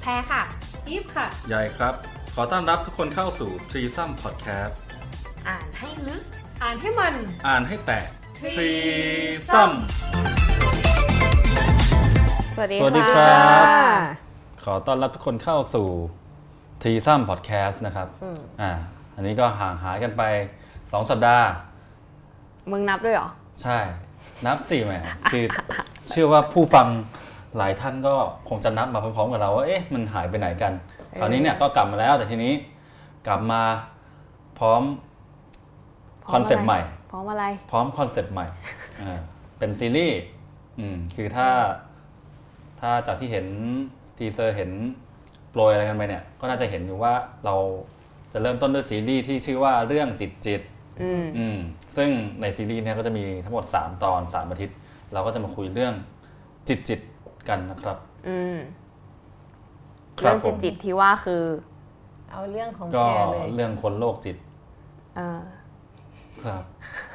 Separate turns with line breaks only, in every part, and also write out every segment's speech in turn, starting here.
แพ้ค่ะ
อีฟค่ะ
ใหญ่ครับ ขอต้อนรับทุกคนเข้าสู่ Threesome Podcast
อ่านให้ลึก
อ่านให้มัน
อ่านให้แตก
Threesome
สวัสดี
สวัสดีครั
ค่ะ
บ ขอต้อนรับทุกคนเข้าสู่ Threesome Podcast นะครับอ่าอันนี้ก็ห่างหายกันไป 2 สัปดาห์
มึงนับด้วยเหรอ
ใช่ นับสี่แหมคือ เชื่อว่าผู้ฟังหลายท่านก็คงจะนับมาพร้อมๆกับเราว่า เอ๊ะ มันหายไปไหนกัน คราวนี้เนี่ยก็กลับมาแล้ว แต่ทีนี้กลับมาพร้อม
พร้อม
คอน
อะไร
เซปต์ใหม่
พร้อมอะไร
พร้อมคอนเซปต์ใหม่ อ่าเป็นซีรีส์อืมคือถ้า ถ้าจากที่เห็นทีเซอร์เห็นโปรยอะไรกันไปเนี่ย ก็น่าจะเห็นอยู่ว่าเราจะเริ่มต้นด้วยซีรีส์ที่ชื่อว่าเรื่องจิตจิต
อืม
อืมซึ่งในซีรีส์เนี่ยก็จะมีทั้งหมด 3 ตอน 3 อาทิตย์ เราก็จะมาคุยเรื่องจิตจิตๆกันนะครับ
อืม
ครั
เรื่
บ
อง
ผ
จิต
ม
จิตที่ว่าคือ
เอาเรื่องของ
ก็
แกเลย
เรื่องคนโรคจิต
เออ
ครับ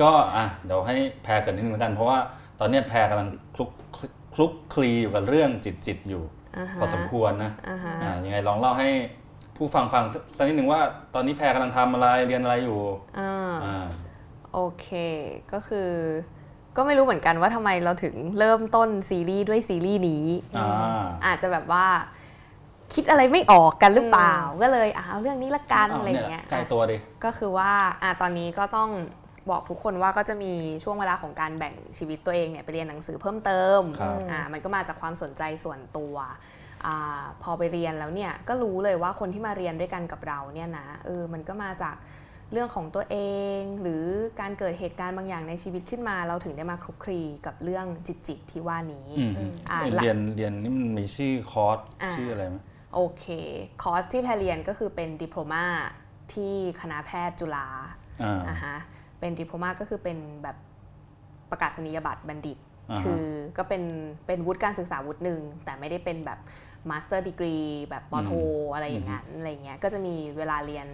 ก็อ่ะเดี๋ยวให้แพรเกรินนิดนึงแล้วกัน เพราะว่าตอนเนี้ยแพรกำลังคลุกคลิคลุกคลีอยู่กับเรื่องจิตจิตๆอยู่
อ่าฮะ
พอสมควรนะ
อ่าฮะ
อ่ะยังไงลองเล่าให้ผู้ฟังฟังสักสักนิดหนึ่งว่า ตอนนี้แพรกำลังทำอะไรเรียนอะไรอยู่
อ่า
อ่า
โอเค ก็คือ ก็ไม่รู้เหมือนกันว่าทำไมเราถึงเริ่มต้นซีรีส์ด้วยซีรีส์นี้
อ่า
อาจจะแบบว่า คิดอะไรไม่ออกกันหรือเปล่า ก็เลยอ่ะเอาเรื่องนี้ละกัน
าว
อะไรอย่างเงี้ย
นี่แหลใกล้ตัวดิ
ก็คือว่าอ่ะตอนนี้ก็ต้องบอกทุกคนว่าก็จะมีช่วงเวลาของการแบ่งชีวิตตัวเองเนี่ยไปเรียนหนังสือเพิ่มเติม
ครับ
อ่ะมันก็มาจากความสนใจส่วนตัวอ่าพอไปเรียนแล้วเนี่ยก็รู้เลยว่าคนที่มาเรียนด้วยกันกับเราเนี่ยนะเออมันก็มาจากเรื่องของตัวเอง หรือการเกิดเหตุการณ์บางอย่างในชีวิตขึ้นมา เราถึงได้มาคลุกคลีกับเรื่องจิตจิตๆที่ว่านี้
อืม
อ่า
เรียนเรียนนี่มันมีชื่อคอร์สชื่ออะไรไหม
โอเค คอร์สที่แพรเรียนก็คือเป็นดิโพลมาที่คณะแพทย์จุฬา
อ่า
อ่าฮะเป็นดิโพมาก็คือเป็นแบบประกาศนียบัตรบัณฑิต
อ่าฮะ
คือก็เป็นเป็นวุฒิการศึกษาวุฒิหนึ่ง แต่ไม่ได้เป็นแบบมาสเตอร์ดีกรีแบบปอโทอะไรอย่างนั้นอะไรเงี้ยก็จะมีเวลาเรียน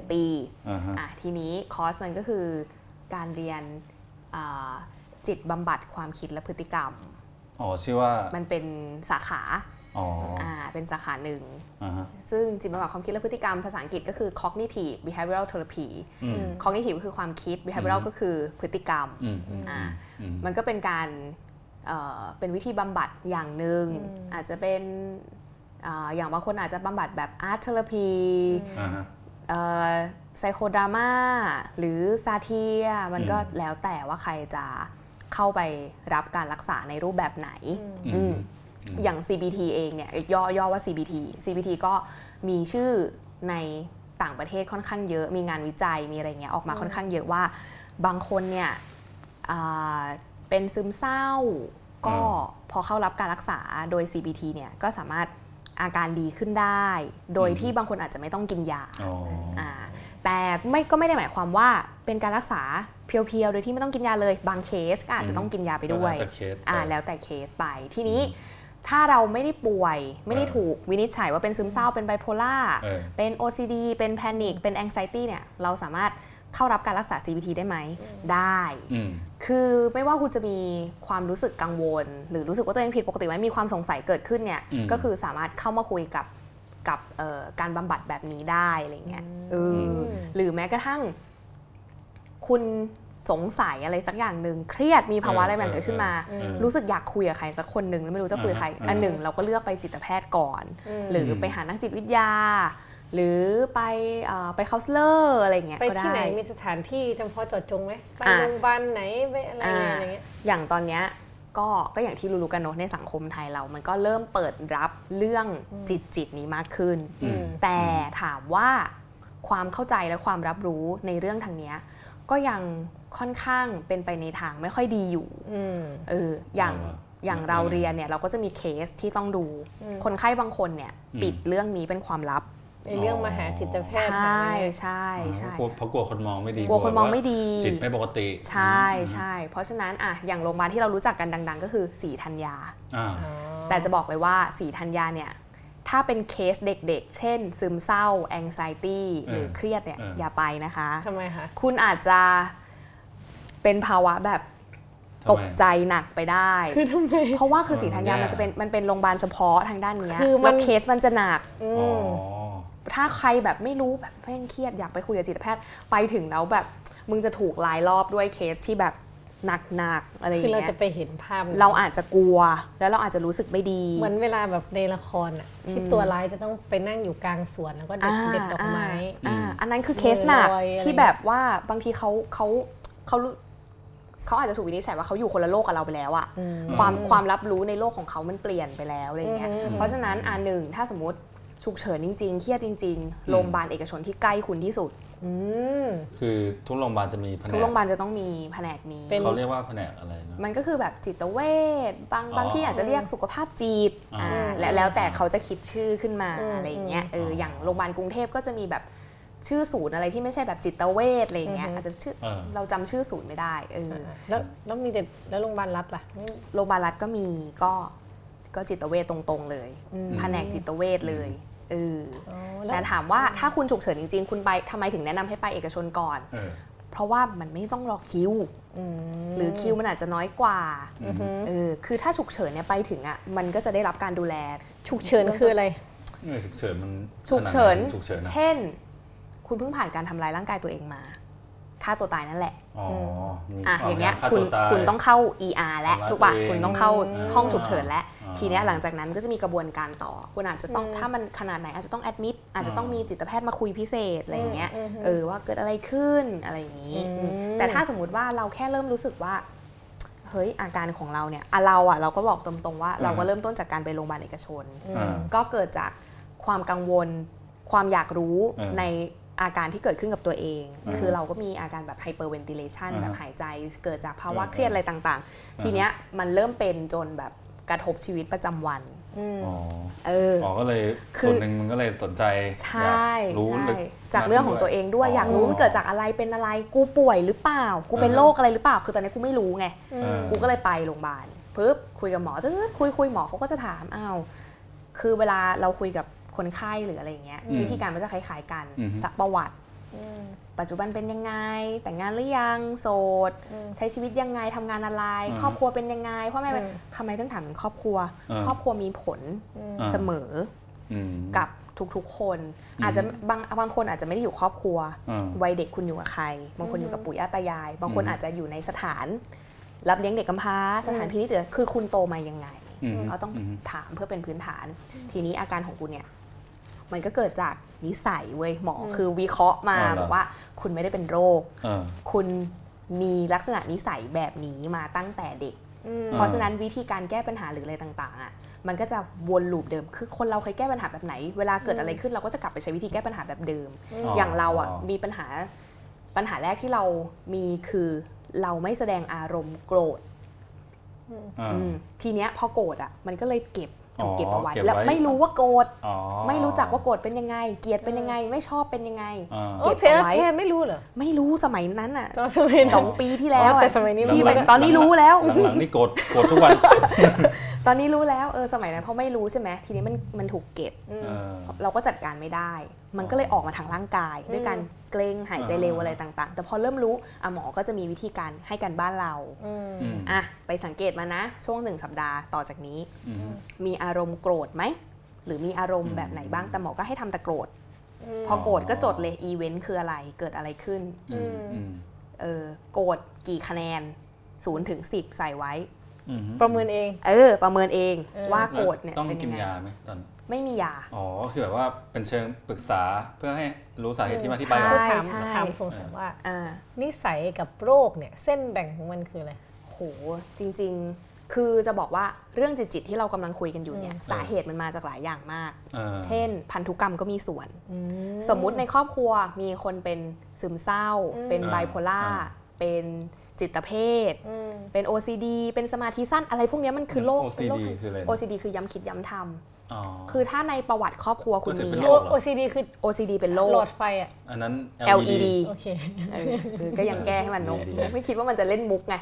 1 ปี
อ่าฮะ
อ่ะทีนี้คอร์สมันก็คือการเรียนอ่าจิตบำบัดความคิดและพฤติกรรม
อ๋อชื่อว่า
มันเป็นสาขา
อ๋อ
อ่าเป็นสาขาหนึ่ง
อ่าฮะ
ซึ่งจิตบำบัดความคิดและพฤติกรรมภาษาอังกฤษก็คือ cognitive behavioral therapy
อืม
cognitive ก็คือความคิด behavioral
อืม
ก็คือพฤติกรรม
อืมอืม
อ่า
อืม
มันก็เป็นการเอ่อเป็นวิธีบำบัดอย่างหนึ่ง
อืม
อาจจะเป็นเอ่ออย่างบางคนอาจจะบำบัดแบบ art therapy
อ่าฮะ
ไซโคดราม่าหรือซาเทีย มันก็แล้วแต่ว่าใครจะเข้าไปรับการรักษาในรูปแบบไหน
อืม อืม
อย่าง CBT เองเนี่ยย่อย่อว่า CBT CBT ก็มีชื่อในต่างประเทศค่อนข้างเยอะ มีงานวิจัยมีอะไรเงี้ยออกมาค่อนข้างเยอะว่า บางคนเนี่ยอ่าเป็นซึมเศร้า ก็พอเข้ารับการรักษาโดย CBT เนี่ยก็สามารถอาการดีขึ้นได้ โดยที่บางคนอาจจะไม่ต้องกินยา
อ๋ออ่า
าแต่ไม่ก็ไม่ได้หมายความว่าเป็นการรักษาเพียวๆ โดยที่ไม่ต้องกินยาเลย บางเคสก็อาจจะต้องกินยาไปด้วย
ก็แล้วแต่เคส
อ่า
ไป
แล้วแต่เคสไปทีนี้
อื
ถ้าเราไม่ได้ป่วยไม่ได้
เออ
ถูกวินิจฉัยว่าเป็นซึมเศร้าเป็นไบโพล่า
เออ
เป็น OCD เป็นแพนิคเป็นแองไซตี้เนี่ยเราสามารถเข้ารับการรักษา CBT ได้ไหม ได้
อืม
คือไม่ว่าคุณจะมีความรู้สึกกังวล หรือรู้สึกว่าตัวเองผิดปกติไหมมีความสงสัยเกิดขึ้นเนี่ย
อืม
ก็คือสามารถเข้ามาคุยกับกับเอ่อการบำบัดแบบนี้ได้อะไรเงี้ยเอออ
ม
หรือแม้กระทั่ง คุณสงสัยอะไรสักอย่างหนึ่งเครียดมีภา
เออ
วะ
อ
อะไรแบบนี้นขึ้นมา
เออเออ
รู้สึกอยากคุยกับใครสักคนหนึ่งแล้วไม่รู้จะคุยกับใคร
อ่าฮะ
อันหนึ่งเราก็เลือกไปจิตแพทย์ก่อน หรือไปหานักจิตวิทยา หรือไปเอ่อไปคาสเลอร์อะไรเงี้ย
ไป
ก็
ที่ไหน
ด้
มีสถานที่จำเพาะเจาะจงไหมไป
อ่ะ
โรงพยาบาลไหนไปอะไรอะไรเงี้ย
อย่างตอนเนี้ยก็ก็อย่างที่รู้ๆกันเนอะในสังคมไทยเรา มันก็เริ่มเปิดรับเรื่องจิตจิตนี้มากขึ้น
อืม
แต่ถามว่าความเข้าใจและความรับรู้ในเรื่องทางเนี้ยก็ยังค่อนข้างเป็นไปในทางไม่ค่อยดีอยู่
อืม
เอออย่าง
เอาอะ
อย่าง
อืม
เราเรียนเนี่ยเราก็จะมีเคสที่ต้องดู
อืม
คนไข้บางคนเนี่ย
อืม
ปิดเรื่องนี้เป็นความลับ
ในเรื่องมาหาจิตแพทย์
ใช่
หาอะไรเงี้ย
ใช่ใช่
กลัวเพราะกลัวคนมองไม่ดี
กลัวคนมอง
า
ไม่ดี
จิตไม่ปกติ
ใช่ใช่เพราะฉะนั้นอะอย่างโรงพยาบาลที่เรารู้จักกันดัง ๆ ก็คือสีธัญญา
อ่า
อ๋อ
แต่จะบอกเลยว่าสีธัญญาเนี่ย ถ้าเป็นเคสเด็กๆ เช่น ซึมเศร้า แองไซตี้
เออ
หรือเครียดเนี่ย
เออ
อ
อ
ย่าไปนะคะ
ทำไมคะ
คุณอาจจะเป็นภาวะแบบ
ทำไม
ตกใจหนักไปได้
คือทำไม
เพราะว่าคือศรีธัญญา
เออมั
มัน
แย่
นจะเป็นมันเป็นโรงพยาบาลเฉพาะทางด้านเนี้ย
คือมัน
แล้วเคสมันจะหนัก
อื
อ๋อ
ม
ถ้าใครแบบไม่รู้แบบแม่งเครียดอยากไปคุยกับจิตแพทย์ไปถึงแล้วแบบ มึงจะถูกลายรอบด้วยเคสที่แบบหนักๆอะไรอย่าง
คือเรา
เงี้
จะ
ย
ไปเห็นภาพนั้น
เราอาจจะกลัวแล้วเราอาจจะรู้สึกไม่ดี
เหมือนเวลาแบบในละครอ่ะที่ตัวร้ายจะต้องไปนั่งอยู่กลางสวนแล้วก็เด็ด
อ่า
เด็ดดอกไม้
อาอ่าอันนั้นคือเคสหนัก
มือลอยอะไร
ที่แบบว่าบางทีเขาเขาเขารู้เขาอาจจะถูกวินิจฉัยว่าเขาอยู่คนละโลกกับเราไปแล้วอะความความรับรู้ในโลกของเขามันเปลี่ยนไปแล้วอะไรอย่างเงี้ยเพราะฉะนั้นอันหนึ่งถ้าสมมติฉุกเฉินจริง ๆ เครียดจริง ๆ โรงพยาบาลเอกชนที่ใกล้คุณที่สุด
อืม
คือทุกโรงพยาบาลจะมีแผน
ทุกโรงพยาบาลจะต้องมีแผนกนี้
เป็น
เขาเรียกว่าแผนกอะไรนะ
มันก็คือแบบจิตเวชบา
อ๋อบ
งางที่อาจจะเรียกสุขภาพจิต
อ่า
อ่าและแล้วแต่เขาจะคิดชื่อขึ้นมา
อืม
อะไรอย่างเงี้ยเออ
ม
อย่างโรงพยาบาลกรุงเทพก็จะมีแบบชื่อศูนย์อะไรที่ไม่ใช่แบบจิตเวชอะไรอย่างเงี้ยอาจจะชื่อ
เออ
เราจำชื่อศูนย์ไม่ได้เอออ
แล้วแล้วมีเด็ดแล้วโรงพยาบาลรัฐล่ะไม่
โรงพยาบาลรัฐก็มีก็ก็จิตเวชตรง ๆ เลย
อืม
แผนกจิตเวชเลยเออ
อ๋อแล้
แต่
ว
ถามว่าถ้าคุณฉุกเฉินจริง ๆ คุณไปทำไมถึงแนะนำให้ไปเอกชนก่อน
เออ
เพราะว่ามันไม่ต้องรอคิว
อืม
หรือคิวมันอาจจะน้อยกว่า
อือฮึ
เออ คือถ้าฉุกเฉินเนี่ยไปถึงอ่ะ มันก็จะได้รับการดูแล
ฉุกเฉินคืออะไร
เออฉุกเฉินมัน
ฉุกเฉิน
ฉุกเฉินนะ
เช่น คุณเพิ่งผ่านการทำร้ายร่างกายตัวเองมา ฆ่าตัวตายนั่นแหละ
อ๋อมี
อ่ะ อย่างเงี้ย
ฆ่า
คุ
ตั
ณ
วตาย
คุณต้องเข้า ER แล้ว
ทำร้าย
ถูกป่ะ
ตัวเอง
คุณต้องเข้า
อืม
ห้องฉุกเฉินแล้ว
อ่า
ทีเนี้ยหลังจากนั้นก็จะมีกระบวนการต่อ คุณอาจจะต้อง
อืม
ถ้ามันขนาดไหนอาจจะต้องแอดมิด อาจจะต้อง
อ่ามี
มีจิตแพทย์มาคุยพิเศษอะไรอย่างเงี้ย
อืมอืม
เออ ว่าเกิดอะไรขึ้นอะไรอย่างนี้
อืม
แต่ถ้าสมมติว่าเราแค่เริ่มรู้สึกว่า เฮ้ย อาการของเราเนี่ยอ่ะเราอ่ะเราก็บอกตรงๆว่าเราก็เริ่มต้นจากการไปโรงพยาบาลเอกชน
อืม
อ่า
ก็เกิดจากความกังวล ความอยากรู้
เออ
ในอาการที่เกิดขึ้นกับตัวเอง
อืม
คือเราก็มีอาการแบบไฮเปอร์เวนติเลชัน
อ่าฮะ
แบบหายใจเกิดจากภาวะ
เออ
เครียดอะไรต่าง
า
ๆ ทีเนี้ยมันเริ่มเป็นจนแบบกระทบชีวิตประจำวัน
อืม
อ๋อ
เออ
อ๋อก็เลย
คือ
ส่วนหนึ่งมันก็เลยสนใจ
ใช
อยา
่
กรู้
ใช่
ลึก
จากเรื่องของตัวเองด้วยอยากรู้มันเกิดจากอะไรเป็นอะไรกูป่วยหรือเปล่า กูเป็นโรคอะไรหรือเปล่า คือตอนนี้กูไม่รู้ไง
ออ
กูก็เลยไปโรงพยาบาลปุ๊บคุยกับหมอตึ๊ดคุยคุยหมอเขาก็จะถามอ้าวคือเวลาเราคุยกับคนไข้หรืออะไรอย่างเงี้ย
อืม
วิธีการมันจะคล้ายๆกัน
อือฮึ
สักประวัติ ปัจจุบันเป็นยังไง แต่งงานหรือยังโสด
อืม
ใช้ชีวิตยังไงทำงานอะไร
อ่า
ครอบครัวเป็นยังไงพ่อแม่เป็น
อืม
ทำไมต้องถามถึงครอบครัว
อ่า
ครอบครัวมีผล
า
เสมอ
อืม
กับทุกๆคน อาจจะบางบางคนอาจจะไม่ได้อยู่ครอบครัว
อ่า
วัยเด็กคุณอยู่กับใคร บางคนอยู่กับปู่ย่าตายาย บางคนอาจจะอยู่ในสถาน รับเลี้ยงเด็กกำพร้า สถานพินิจเด็กคือคุณโตมายังไง
อืม
เราต้อง
อืม
ถามเพื่อเป็นพื้นฐาน ทีนี้อาการของคุณเนี่ย มันก็เกิดจากนิสัยเว้ยหมออคือวิเคราะห์มา
อ๋อเหรอ
บอกว่าคุณไม่ได้เป็นโรค
เออ
คุณมีลักษณะนิสัยแบบนี้มาตั้งแต่เด็ก
อืม
เพราะฉะนั้นวิธีการแก้ปัญหาหรืออะไรต่างๆอ่ะมันก็จะวนลูปเดิมคือคนเราเคยแก้ปัญหาแบบไหน เวลาเกิดอะไรขึ้นเราก็จะกลับไปใช้วิธีแก้ปัญหาแบบเดิม
อ๋ออ
อย่างเราอ่ะ
อ๋อ
มีปัญหาปัญหาแรกที่เรามีคือเราไม่แสดงอารมณ์โกรธ
อ่า
อืมทีเนี้ยพอโกรธอ่ะมันก็เลยเก็บถูกเก็บเอาไว้
อ๋อเก็บไว้
แล้วไม่รู้ว่าโกรธ
อ๋อ
ไม่รู้จักว่าโกรธเป็นยังไง เกลียดเป็นยังไง ไม่ชอบเป็นยังไง
อ่า
โอ้
เก็บ
ยเพล
เอาไว้
แค่ไม่รู้เหรอ
ไม่รู้สมัยนั้นอ่ะ
จอสมัย
ส
นั้
อน งปีที่แล้วอะ
แต่สมัยนี้รู้
ที่
หลั
เป็
ง
น
ๆนะ
ตอนนี้รู้แล้ว
หลังๆนี่โกรธโกรธทุกวัน
ตอนนี้รู้แล้วเออสมัยนั้นเพราะไม่รู้ใช่ไหมทีนี้มันมันถูกเก็บ
เออ
เราก็จัดการไม่ได้ มันก็เลยออกมาทางร่างกาย ด้วยการเกรงหายใจเร็วอะไรต่างๆ แต่พอเริ่มรู้อ่ะหมอก็จะมีวิธีการให้การบ้านเรา
อืม
อืม
อ่ะไปสังเกตมานะ ช่วงหนึ่งสัปดาห์ต่อจากนี้
อืม
มีอารมณ์โกรธไหม หรือมีอารมณ์แบบไหนบ้างแต่หมอก็ให้ทำแต่โกรธ พอโกรธก็จดเลยอีเวนต์คืออะไรเกิดอะไรขึ้น
อืมอืม
เออโกรธกี่คะแนน0ูนย์ถึงสิใส่ไว้
อืม
ประเมินเอง
เออ ประเมินเอง
เออ
ว่าโกรธเนี่ย
ต้อง
เป็น
กิ
ยั
น
งไง
ยาไหมตอนนี้
ไม่มียา
อ๋อก็คือแบบว่าเป็นเชิงปรึกษาเพื่อให้รู้สาเหตุที่มาที่ไป
ใช่
ของ
ถาม
ใช่
ถามสงสัยว่า
อ่า
นิสัยกับโรคเนี่ยเส้นแบ่งของมันคืออะไร
โหจริงๆ คือจะบอกว่าเรื่องจิตจิตๆที่เรากำลังคุยกันอยู่เนี่ยสาเหตุมันมาจากหลายอย่างมาก
เออ
เช่น พันธุกรรมก็มีส่วน สมมุติในครอบครัวมีคนเป็นซึมเศร้า เป็นไบโพล่า
อ่า
เป็นจิตเภท
อืม
เป็น OCD เป็นสมาธิสั้นอะไรพวกเนี้ยมันคือโรคเป็นโร
OCD คืออะไรนะ
OCD คือย้ำคิดย้ำท
อ๋อ
ำคือถ้าในประวัติครอบครัวคุณ
ก็ถือ
มี
เป็น
อะ
โรค
O- OCD คือ
OCD เป็นโร
หล
ค
อดไฟอ่ะ
อันนั้น
LED
โอเค
เออคือก็ยังแก้ให้มันเนก
ดีๆ
ไม่คิดว่ามันจะเล่นมุกไง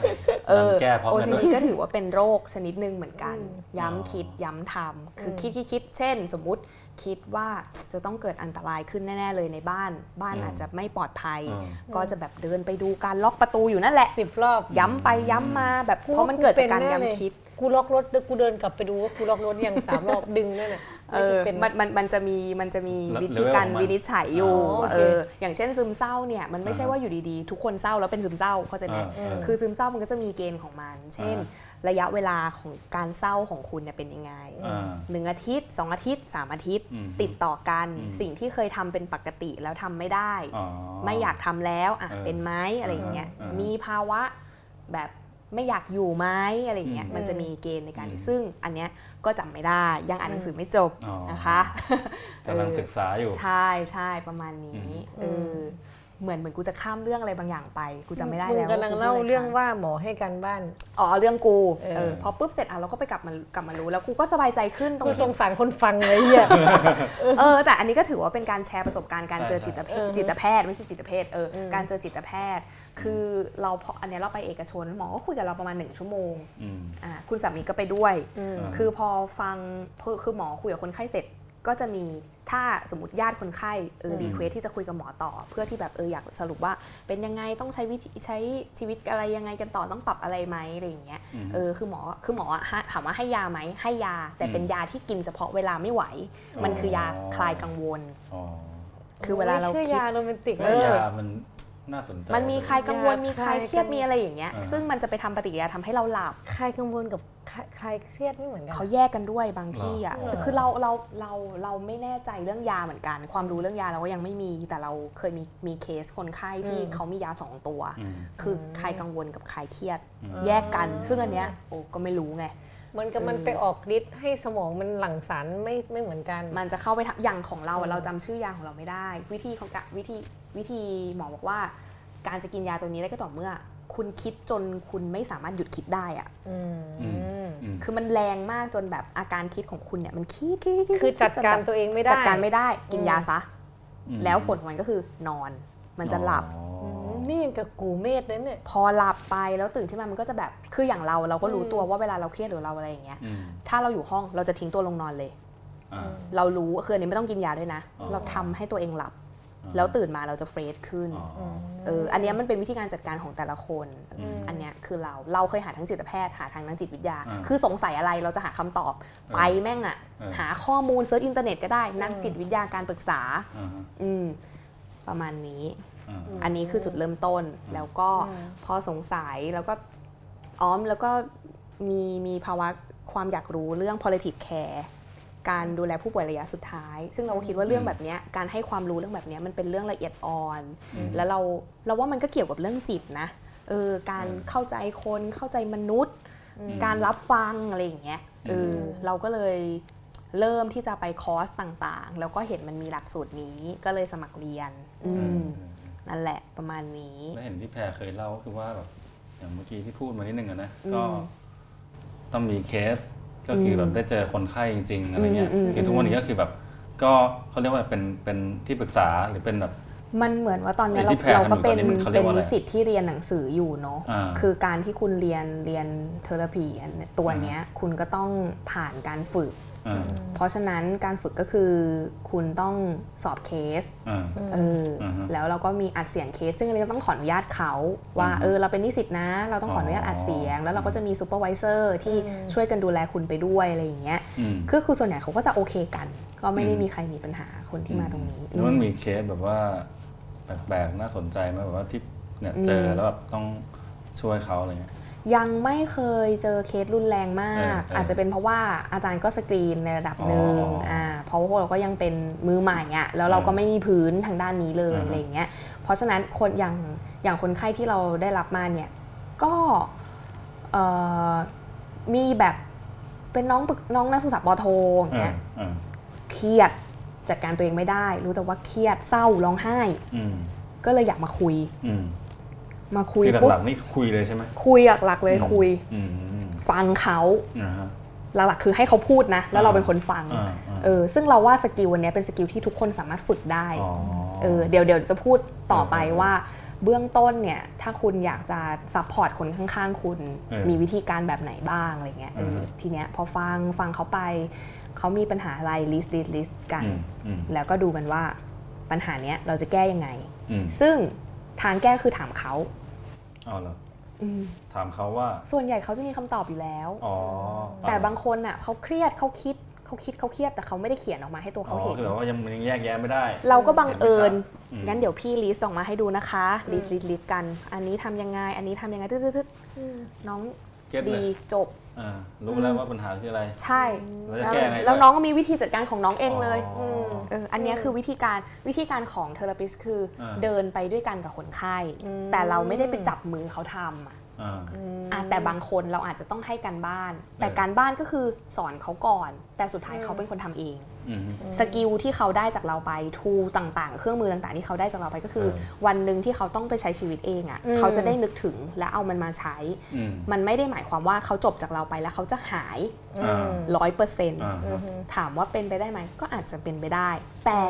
เอ
เอ
อ
อ
แก้พร้อมกันด้วย
OCD ก็ถือว่าเป็นโรคชนิดหนึ่งเหมือนกัน ย้ำคิดย้ำทำ คือคิดคิดคิด เช่น สมมติ คิดว่าจะต้องเกิดอันตรายขึ้นแน่ ๆ เลยในบ้าน บ้าน
อืม
อาจจะไม่ปลอดภัย
อืม
ก็จะแบบเดินไปดูการล็อกประตูอยู่นั่นแหละ
สิบรอบ
ย้ำไปย้ำมาแบบเพราะมันเกิดจากการย้ำคิด
กูล็อกรถแล้วกูเดินกลับไปดูว่ากูล็อกรถยังสามรอบ ดึงนั่นน่ะ
เออ
กูเป็น
มันมันมันจะมีมันจะมี
และ
วิธีการ
level ของมัน
วินิจฉัยอยู่
อ๋อโอเค
เอออย่างเช่นซึมเศร้าเนี่ยมันไม่ใช่
อ่าฮะ
ว่าอยู่ดีๆ ทุกคนเศร้าแล้วเป็นซึมเศร้าเข้าใจไหม
อ่าเออ
คือซึมเศร้ามันก็จะมีเกณฑ์ของมัน เช่น
อ่
ระยะเวลาของการเศร้าของคุณเนี่ยเป็นยังไง
อ่า
หนึ่งอาทิตย์สองอาทิตย์สามอาทิตย์
อืม
ติดต่อกัน
อืม
สิ่งที่เคยทำเป็นปกติแล้วทำไม่ได้
อ๋อ
ไม่อยากทำแล้วอ่ะ
เออ
เป็นไหมอะไรอย่างเงี้ย
อ่าอ่ามี
มีภาวะแบบไม่อยากอยู่ไหมอะไรอย่างเงี้ย
อืม
มันจะมีเกณฑ์ในการ
อืม
ซึ่งอันเนี้ยก็จำไม่ได้ยังอ่านหนังสือไม่จบ
อ๋อ
นะคะ
กำลังศึกษาอยู่
ใช่ใช่ประมาณนี้
อืม
เออเหมือนเหมือนกูจะข้ามเรื่องอะไรบางอย่างไป กูจำไม่ได้
มึง
แล้ว
กำลังเล่าเรื่องว่าหมอให้การบ้าน
อ๋อเรื่องกู
เออ
เออพอปุ๊บเสร็จอ่ะเราก็ไปกลับมากลับมารู้แล้วกูก็สบายใจขึ้นตรง
กูส
ที่
งสารคนฟังเลยเหี้ย
เออแต่อันนี้ก็ถือว่าเป็นการแชร์ประสบการณ์การเจอ
ใช่
จิตแพท
ใช่
ย์จิตแพทย์ไม่ใช่จิตแพทย์เอออการเจอจิตแพทย์ คือเราพออันเนี้ยเราไปเอกชนหมอก็คุยกับเราประมาณหนึ่งชั่วโมง
อืม
อ่าคุณสามีก็ไปด้วย
อ่า
คือพอฟังคือคือหมอคุยกับคนไข้เสร็จ ก็จะมีถ้าสมมติญาติคนไข้เออรีเควสที่จะคุยกับหมอต่อ เพื่อที่แบบเอออยากสรุปว่า เป็นยังไงต้องใช้วิธีใช้ชีวิตอะไรยังไงกันต่อต้องปรับอะไรไหมอะไรอย่างเงี้ย
อืม
เออคือหมอคือหมออะให้ถามว่าให้ยาไหมให้ยา แต่เป็น
อืม
ยาที่กินเฉพาะเวลาไม่ไหว มันคือยา
อ๋อ
คลายกังวล
อ๋อ
คือ เวลาเรา
ไม่ชื่
คิ
อ
ด
ยาโรแมนติก
เฮ้
นะ
ย
เออ
ยามันน่าสนใจ
มันมีคลายกังวลมีคลายเครียด
คลายกังวล
มีอะไรอย่างเงี้ย
อ่า
ซึ่งมันจะไปทำปฏิกิริยาทำให้เราหลับ
คลายกังวลกับคลายคลายเครียดไม่เหมือนกัน
เขาแยกกันด้วยบางที่อ่ะ
เหรอ
แต่คือเราเราเราเราไม่แน่ใจเรื่องยาเหมือนกัน ความรู้เรื่องยาเราก็ยังไม่มี แต่เราเคยมีมีเคสคนไข้ที่
อืม
เขามียาสองตัว
อืม
คือคลายกังวลกับคลายเครียด
อืม
แยกกัน ซึ่งอันเนี้ยโอ้ก็ไม่รู้ไง
เหมือนกับมันไปออกฤทธิ์ให้สมองมันหลั่งสารไม่ไม่เหมือนกัน
มันจะเข้าไปทำอย่างของเราอะเราจำชื่อยาของเราไม่ได้ วิธีของกะวิธีวิธีหมอบอกว่า การจะกินยาตัวนี้ได้ก็ต่อเมื่อ คุณคิดจนคุณไม่สามารถหยุดคิดได้อ่ะ
อื
อืม
ม
อืม
คือมันแรงมากจนแบบอาการคิดของคุณเนี่ยมันคิดคิดคิด
คือจัดการ
นแบบ
ตัวเองไม่ได้
จัดการไม่ได้กิน
อืม
ยาซะ
อืม
แล้วผลของมันก็คือนอน มันจะหลับ
อ๋อ
อื
อ
มนี่ยังกับกูเมธนั่นเนี่ย
พอหลับไปแล้วตื่นขึ้นมามันก็จะแบบคืออย่างเราเราก็รู้ตัวว่าเวลาเราเครียดหรือเราอะไรอย่างเงี้ย
อืม
ถ้าเราอยู่ห้องเราจะทิ้งตัวลงนอนเลย
อ่า
เรารู้คืออันนี้ไม่ต้องกินยาด้วยนะ
อ๋อ
เราทำให้ตัวเองหลับ
อ่า
แล้วตื่นมาเราจะเฟรชขึ้น
อ๋ออ
เอออันเนี้ยมันเป็นวิธีการจัดการของแต่ละคน
อืม
อันเนี้ยคือเราเราเคยหาทั้งจิตแพทย์หาทางนักจิตวิทยา
อ่า
คือสงสัยอะไรเราจะหาคำตอบไปแม่งอะ
เออ
หาข้อมูลเซิร์ชอินเทอร์เน็ตก็ได้นักจิตวิทยาการปรึกษา
อ่าฮะ
อืมประมาณนี้
อ่าฮะ
อันนี้คือจุดเริ่มต้นแล้วก็พอสงสัยแล้วก็อ้อมแล้วก็มีมีภาวะความอยากรู้เรื่อง palliative care การดูแลผู้ป่วยระยะสุดท้าย ซึ่งเราก็คิดว่าเรื่องแบบเนี้ยการให้ความรู้เรื่องแบบเนี้ยมันเป็นเรื่องละเอียดอ่อน
อืม
แล้วเราเราว่ามันก็เกี่ยวกับเรื่องจิตนะเออการ
อืม
เข้าใจคนเข้าใจมนุษย์
ม
การรับฟังอะไรอย่างเงี้ยเอออ
ม
เราก็เลยเริ่มที่จะไปคอร์สต่างๆ แล้วก็เห็นมันมีหลักสูตรนี้ก็เลยสมัครเรียนอื
อื
ม
ม
นั่นแหละประมาณนี้
แล้วเห็นที่แพรเคยเล่าก็คือว่าแบบอย่างเมื่อกี้ที่พูดมานิดนึงอะนะ
อืม
ก็ต้องมีเคสก็คืออ
ม
แบบได้เจอคนไข้จริงๆอะไรเงี้ย
อืมอืม
คือทุกวันนี้ก็คือแบบ ก็เขาเรียกว่าเป็นเป็นที่ปรึกษาหรือเป็นแบบ
มันเหมือนว่าตอนเนี้ย
ไอ้
เรา
ที่แพร่
เราก็
กั
เป็น น
อยู่ตอนนี้มันเขาเรียก
เป็น
ว่าอะไร
นิสิตที่เรียนหนังสืออยู่เนาะ
อ่า
คือการที่คุณเรียนเรียนเทอราพีอันตัวเนี้ยคุณก็ต้องผ่านการฝึก
อ่า
เพราะฉะนั้นการฝึกก็คือคุณต้องสอบเคส
อ่า
เอออ
อฮึ
แล้วเราก็มีอัดเสียงเคส ซึ่งอันนี้ก็ต้องขออนุญาตเขาว่า
อือฮึ
เออเราเป็นนิสิตนะ เราต้องขออนุญาตอัดเสียง แล้วเราก็จะมีซูเปอร์วิเซอร์ที่ช่วยกันดูแลคุณไปด้วยอะไรอย่างเงี้ย
อืม
คือคือส่วนใหญ่เขาก็จะโอเคกัน ก็ไม่ได้มีใครมีปัญหาคนที่มาตรงนี้
แล้วมันมีเคสแบบว่าแปลกๆน่าสนใจไหมแบบว่าที่เนี่ยเจอแล้วแบบต้องช่วยเขาอะไรเงี้ย
ยังไม่เคยเจอเคสรุนแรงมาก
เออเอออ
อาจจะเป็นเพราะว่าอาจารย์ก็สกรีนในระดับหนึ่ง
อ๋ออ่
าเพราะว่าเราก็ยังเป็นมือใหม่อะแล้วเราก็
อืม
ไม่มีพื้นทางด้านนี้เลย
อ่าฮะ
อะไรอย่างเงี้ย เพราะฉะนั้นคนอย่างอย่างคนไข้ที่เราได้รับมาเนี่ยก็เอ่อมีแบบเป็นน้องปรึกน้องนักศึกษาปอโทอย่างเงี้ย
าอา
เครียดจัดการตัวเองไม่ได้ รู้แต่ว่าเครียดเศร้าร้องไห้
อืม
ก็เลยอยากมาคุย
อืม
มาคุย
คือ
ปุ๊บ
หลักๆนี่คุยเลยใช่ไหม
คุยหลักๆเลยคุย
อืมอืม
ฟังเขา
อ่าฮะ
หลักๆคือให้เขาพูดนะ แล้วเราเป็นคนฟัง
อ่าอ่า
เออ ซึ่งเราว่าสกิลวันเนี้ยเป็นสกิลที่ทุกคนสามารถฝึกได้
อ๋อ
เออ เดี๋ยวเดี๋ยวจะพูดต่อไป
เออเออ
ว่า เบื้องต้นเนี่ยถ้าคุณอยากจะซัพพอร์ตคนข้างๆ คุณ
เออ
มีวิธีการแบบไหนบ้างอะไรเงี้ยเออ
ม
ทีเนี้ยพอฟังฟังเขาไป เขามีปัญหาอะไรลิสต์ลิสต์ลิสต์กัน
อืมอืม
แล้วก็ดูกันว่าปัญหาเนี้ยเราจะแก้ยังไง
อืม
ซึ่งทางแก้คือถามเขา
เอาเหรอ
อืม
ถามเขาว่า
ส่วนใหญ่เขาจะมีคำตอบอยู่แล้ว
อ๋อ
แต่บางคนอ่ะเขาเครียดเขาคิดเขาคิดเขาเครียดแต่เขาไม่ได้เขียนออกมาให้ตัว
อ๋
เขา
อ
เห็น
คือแบบว่ายังยังแยกแยะไม่ได้
เราก็บังเอิญ
อืม
งั้นเดี๋ยวพี่ลิสต์ออกมาให้ดูนะคะลิสต์ลิสต์ลิสต์กัน อันนี้ทำยังไง อันนี้ทำยังไง ตึ๊ดๆๆน้อง
เก็ตเล
ดี
ย
จบ
อ่ารู้แล้วว่าปัญหาคืออะไร
ใช่
แล้วจะแก้ไง
แล้วน้องก็มีวิธีจัดการของน้องเองเลย
อ๋ออื
มเอออันเนี้ยคือวิธีการวิธีการของเทอราปิสคืออา เดินไปด้วยกันกับคนไข้
อืม
แต่เราไม่ได้ไปจับมือเขาทำอะ
อ่า
อ่ะแต่บางคนเราอาจจะต้องให้การบ้าน แต่
เออ
การบ้านก็คือสอนเขาก่อน แต่สุดท้ายเขาเป็นคนทำเอง
อืม
สกิลที่เขาได้จากเราไปทูต่างๆ เครื่องมือต่างๆ ที่เขาได้จากเราไปก็คือ
เออ
วันหนึ่งที่เขาต้องไปใช้ชีวิตเองอะ่ะ
อืม
เขาจะได้นึกถึงและเอามันมาใช้
อืม
มันไม่ได้หมายความว่าเขาจบจากเราไปแล้วเขาจะหาย
อ่า
ร้อยเปอร์เซ็นต์
อ่า
อือฮึ
ถามว่าเป็นไปได้ไหมก็อาจจะเป็นไปได้ แต่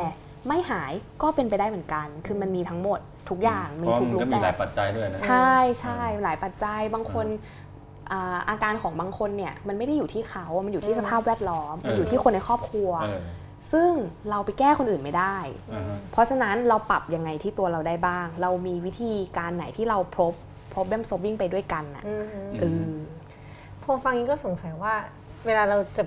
ไม่หายก็เป็นไปได้เหมือนกัน คือมันมีทั้งหมดทุกอย่าง
เพ
มี
ราะว่า
ทุ
มั
ก
น
รู
ก็
ป
มีห
แบ
ลาย
บ
ปัจจัยด้วยนะ
ใช่ใช่
เออ
หลายปัจจัยบางคนอาอาการของบางคนเนี่ยมันไม่ได้อยู่ที่เขามันอยู่ที่สภาพแวดล้อมมันอยู่ที่คนในครอบครัว
เออ
ซึ่งเราไปแก้คนอื่นไม่ได้
อ่าฮะ
เพราะฉะนั้นเราปรับยังไงที่ตัวเราได้บ้าง เรามีวิธีการไหนที่เราพบ problem solving ไปด้วยกันน่ะเออ
พอฟังอย่างนี้ก็สงสัยว่าเวลาเราจะ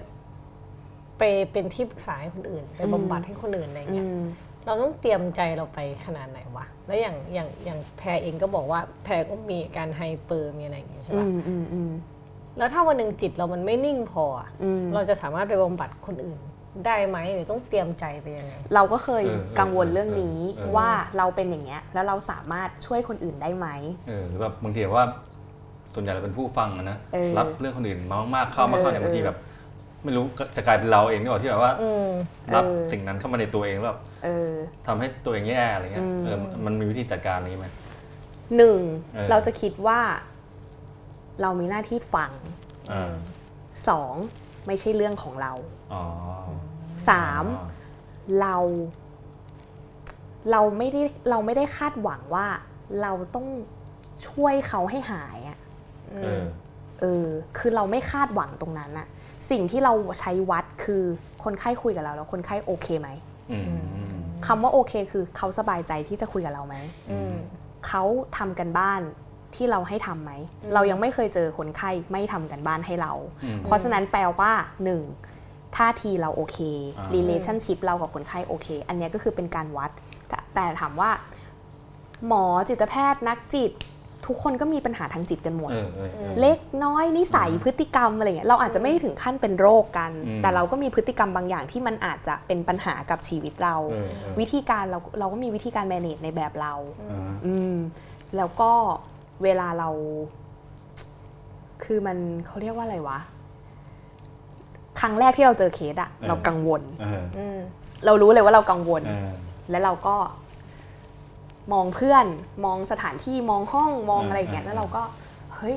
ไปเป็นที่ปรึกษาให้คนอื่น ไปบำบัดให้คนอื่นอะไร
อื
เงี้ย
ม
เราต้องเตรียมใจเราไปขนาดไหนวะแล้วอย่างอย่างอย่างแพรเองก็บอกว่าแพรก็มีอาการไฮเปอร์มีอะไรอย่างเงี้ยใช่
อื
ปะ
มอืมอืม
แล้วถ้าวันหนึ่งจิตเรามันไม่นิ่งพออะ
อืม
เราจะสามารถไปบำบัดคนอื่น ได้ไหมหรือต้องเตรียมใจไปยังไง
เราก็เคย
เออเออ
กังวลเรื่องนี้
เออเออ
ว่าเราเป็นอย่างเงี้ยแล้วเราสามารถช่วยคนอื่นได้ไหม
เออหรือแบบบางทีแบบว่าส่วนใหญ่เราเป็นผู้ฟังอะนะ
เออ
รับเรื่องคนอื่นมามากๆเข้ามากเข้าเนี่
เออ
ยา
เออบ
งทีแบบ ไม่รู้ก็จะกลายเป็นเราเองหรือเปล่าที่แบบว่า
อืม
รับ
เออ
สิ่งนั้นเข้ามาในตัวเองแล้วแบบ
เออ
ทำให้ตัวเองแย่อะไรเงี้ย
อืม
เออมันมีวิธีจัดการอะไรอย่างงี้ไหม
หนึ่ง
เออ
เราจะคิดว่า เรามีหน้าที่ฟัง
อ่า
สองไม่ใช่เรื่องของเรา
อ๋อ
สาม เราเราไม่ได้เราไม่ได้คาดหวังว่าเราต้องช่วยเขาให้หายอะ
เออ
เออ คือเราไม่คาดหวังตรงนั้นอะสิ่งที่เราใช้วัดคือคนไข้คุยกับเราแล้วคนไข้โอเคไหม
อืม
คำว่าโอเคคือเขาสบายใจที่จะคุยกับเราไหม
อืม
เขาทำกันบ้านที่เราให้ทำไหมเรายังไม่เคยเจอคนไข้ไม่ทำกันบ้านให้เรา
อืม
เพราะฉะนั้นแปลว่าหนึ่งท่าทีเราโอเค
อ่า
relationship เรากับคนไข้โอเค อันเนี้ยก็คือเป็นการวัดแต่แต่ถามว่า หมอจิตแพทย์นักจิต ทุกคนก็มีปัญหาทางจิตกันหมด
เออเออออ
เล็กน้อยนิสัย
อืม
พฤติกรรมอะไรเงี้ยเราอาจจะไม่ได้ถึงขั้นเป็นโรคกัน
อืม
แต่เราก็มีพฤติกรรมบางอย่างที่มันอาจจะเป็นปัญหากับชีวิตเรา
เออเออ
วิธีการเราเราก็มีวิธีการ manage ในแบบเรา
อ่า
อืมแล้วก็เวลาเรา คือมันเขาเรียกว่าอะไรวะ ครั้งแรกที่เราเจอเคสอะ
เออ
เรากังวล
เออ
อืม
เรารู้เลยว่าเรากังวล
เออ
แล้วเราก็ มองเพื่อน มองสถานที่มองห้องมอง
เอออ
อะไรอย่างเงี้ย
เอ
แล้
อ
วเราก็ เฮ้ย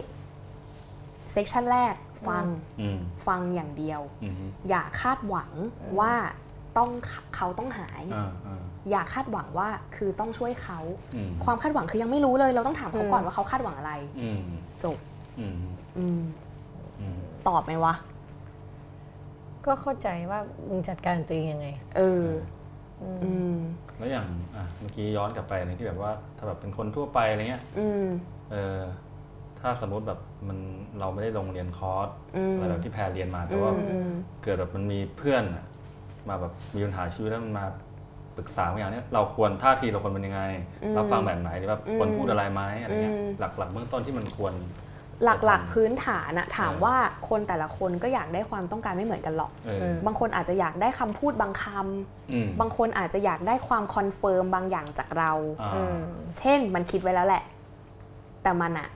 เซสชันแรก ฟัง
อืม
ฟังอย่างเดียว
อืม
อย่าคาดหวังว่าต้องเขาต้องหาย
อ่าอ่า
อย่าคาดหวังว่าคือต้องช่วยเขา
อืม
ความคาดหวังคือยังไม่รู้เลยเราต้องถามเขาก่อน
อืม
ว่าเขาคาดหวังอะไร
อืม
จบ
อืม
อืม
อืม
ตอบไหมวะ
ก็เข้าใจว่ามึงจัดการตัวเองยังไง
เออ
อืม
อืม
แล้วอย่างอ่ะเมื่อกี้ย้อนกลับไปในที่แบบว่าถ้าแบบเป็นคนทั่วไปอะไรเงี้ย
อืม
เออถ้าสมมติแบบมันเราไม่ได้ลงเรียนคอร์ส
อืม
อะไรแบบที่แพรเรียนมาแต่ว่า
อืม
เกิดแบบมันมีเพื่อนอะมาแบบมีปัญหาชีวิตแล้วมันมาปรึกษาบางอย่างเนี้ยเราควรท่าทีเราควรเป็นยังไง รับฟังแบบไหนหรือว่าควรพูดอะไรไหมอะไรเงี้ย
อืม
หลักๆเบื้องต้นที่มันควร
หลักๆพื้นฐานอะถาม
เออ
ว่าคนแต่ละคนก็อยากได้ความต้องการไม่เหมือนกันหรอก
เอออบ
างคนอาจจะอยากได้คำพูดบางคำ
อืม
บางคนอาจจะอยากได้ความคอนเฟิร์มบางอย่างจากเรา
อ่า
อืม
เช่นมันคิดไว้แล้วแหละ แต่มันอะ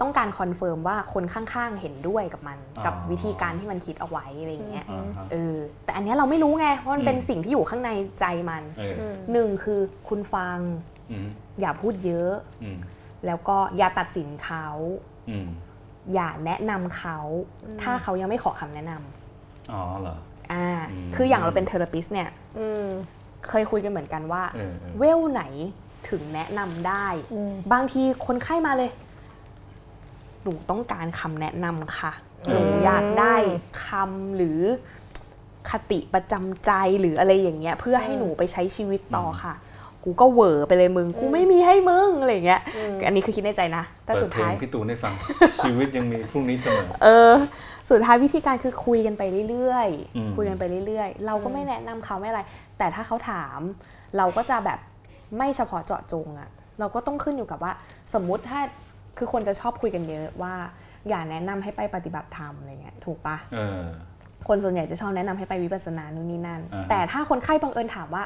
ต้องการคอนเฟิร์มว่าคนข้างๆเห็นด้วยกับมัน กับวิธีการที่มันคิดเอาไว้อะไรอย่างเงี้ย
อ่าฮะ
เออ แต่อันเนี้ยเราไม่รู้ไงเพราะมันเป็น
อืม
สิ่งที่อยู่ข้างในใจมัน
เออ
หนึ่งคือคุณฟัง
อืม
อย่าพูดเยอะ
อืม
แล้วก็อย่าตัดสินเขา
อืม
อย่าแนะนำเขา ถ้าเขายังไม่ขอคำแนะนำ
อ๋อเหรอ
อ่า
อืม
คืออย่างเราเป็นเทอราปิสเนี่ย
อืม
เคยคุยกันเหมือนกันว่า
เออเออ
เวลไหน ถึงแนะนำได้
อืม
บางทีคนไข้มาเลย หนูต้องการคำแนะนำค่ะ
อืม
หนูอยากได้คำหรือคติประจำใจหรืออะไรอย่างเงี้ย เพื่อให้หนูไปใช้ชีวิตต่อค่ะ กูก็เหวอไปเลยมึง กูไม่มีให้มึงอะไรอย่างเงี้ย อันนี้คือคิดในใจนะ แต่
เปิ
สุ
ด
ด
เพล
ท้าง ย
พี่ตูนให้ฟัง ชีวิตยังมีพรุ่งนี้เสมอ
เออสุดท้ายวิธีการคือคุยกันไปเรื่อย
อืม
ๆ คุยกันไปเรื่อยๆ เราก็ไม่แนะนำเขาไม่อะไร แต่ถ้าเขาถาม เราก็จะแบบไม่เฉพาะเจาะจงอะเราก็ต้องขึ้นอยู่กับว่า สมมุติถ้าคือคนจะชอบคุยกันเยอะว่า อย่าแนะนำให้ไปปฏิบัติธรรมอะไรเงี้ยถูกปะ
เออ
คนส่วนใหญ่จะชอบแนะนำให้ไปวิปัสสนานู่นนี่นั่น
อ่าฮะ
แต่ถ้าคนไข้บังเอิญถามว่า